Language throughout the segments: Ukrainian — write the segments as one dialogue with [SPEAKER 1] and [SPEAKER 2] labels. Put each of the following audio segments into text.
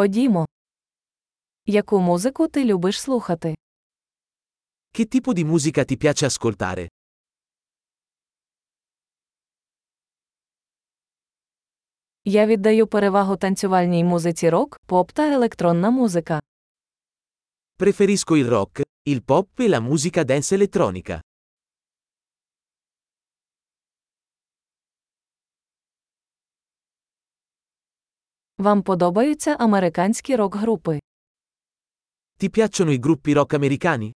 [SPEAKER 1] Ходімо. Яку музику ти любиш слухати?
[SPEAKER 2] Che tipo di musica ti piace ascoltare?
[SPEAKER 1] Я віддаю перевагу танцювальній музиці рок, поп та електронна музика.
[SPEAKER 2] Preferisco il rock, il pop e la musica dance elettronica.
[SPEAKER 1] Вам подобаються американські рок-групи.
[SPEAKER 2] Ti piacciono i gruppi rock americani?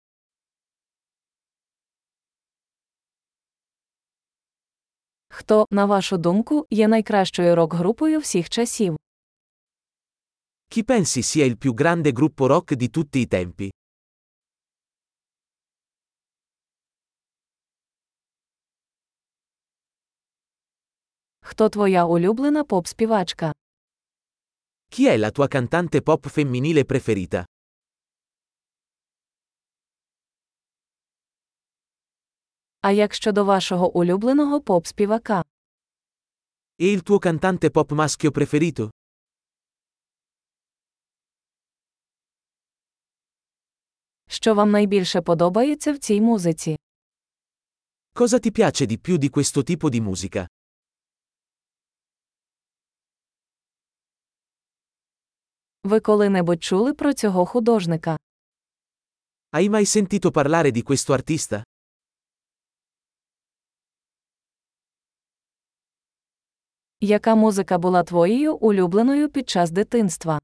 [SPEAKER 1] Хто, на вашу думку, є найкращою рок-групою всіх часів?
[SPEAKER 2] Chi pensi sia il più grande gruppo rock di tutti i tempi?
[SPEAKER 1] Хто твоя улюблена поп-співачка?
[SPEAKER 2] Chi è la tua cantante pop femminile preferita?
[SPEAKER 1] А як щодо вашого улюбленого поп-співака?
[SPEAKER 2] E il tuo cantante pop maschio preferito?
[SPEAKER 1] Що вам найбільше подобається в цій музиці?
[SPEAKER 2] Cosa ti piace di più di questo tipo di musica?
[SPEAKER 1] Ви коли-небудь чули про цього художника?
[SPEAKER 2] Hai mai sentito parlare di questo artista?
[SPEAKER 1] Яка музика була твоєю улюбленою під час дитинства?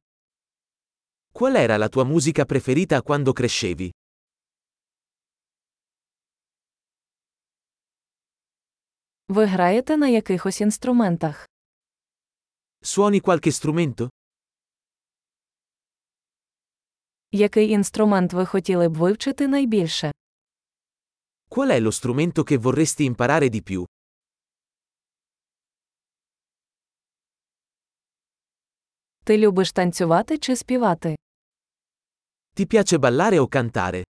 [SPEAKER 2] Qual era la tua musica preferita quando crescevi?
[SPEAKER 1] Ви граєте на якихось інструментах?
[SPEAKER 2] Suoni qualche strumento?
[SPEAKER 1] Який інструмент ви хотіли б вивчити найбільше?
[SPEAKER 2] Qual è lo strumento che vorresti imparare di più?
[SPEAKER 1] Ти любиш танцювати чи співати?
[SPEAKER 2] Ti piace ballare o cantare?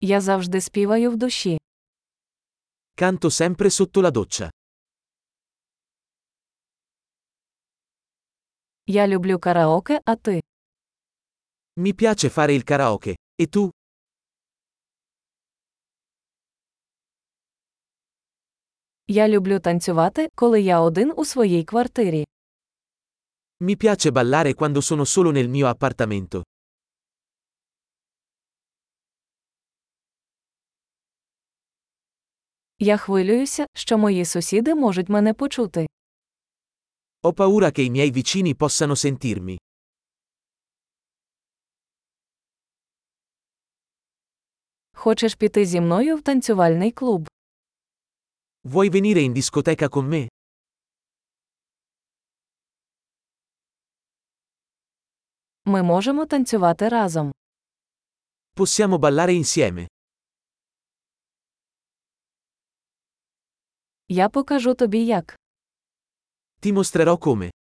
[SPEAKER 1] Я завжди співаю в душі.
[SPEAKER 2] Canto sempre sotto la doccia.
[SPEAKER 1] Я люблю караоке, а ти?
[SPEAKER 2] Mi piace fare il karaoke. E tu?
[SPEAKER 1] Я люблю танцювати, коли я один у своїй квартирі.
[SPEAKER 2] Mi piace ballare quando sono solo nel mio appartamento.
[SPEAKER 1] Я хвилююся, що мої сусіди можуть мене почути.
[SPEAKER 2] Ho paura che i miei vicini possano sentirmi.
[SPEAKER 1] Хочеш піти зі мною в танцювальний клуб?
[SPEAKER 2] Vuoi venire in discoteca con me?
[SPEAKER 1] Ми можемо танцювати разом.
[SPEAKER 2] Possiamo ballare insieme.
[SPEAKER 1] Я покажу тобі як.
[SPEAKER 2] Ti mostrerò come.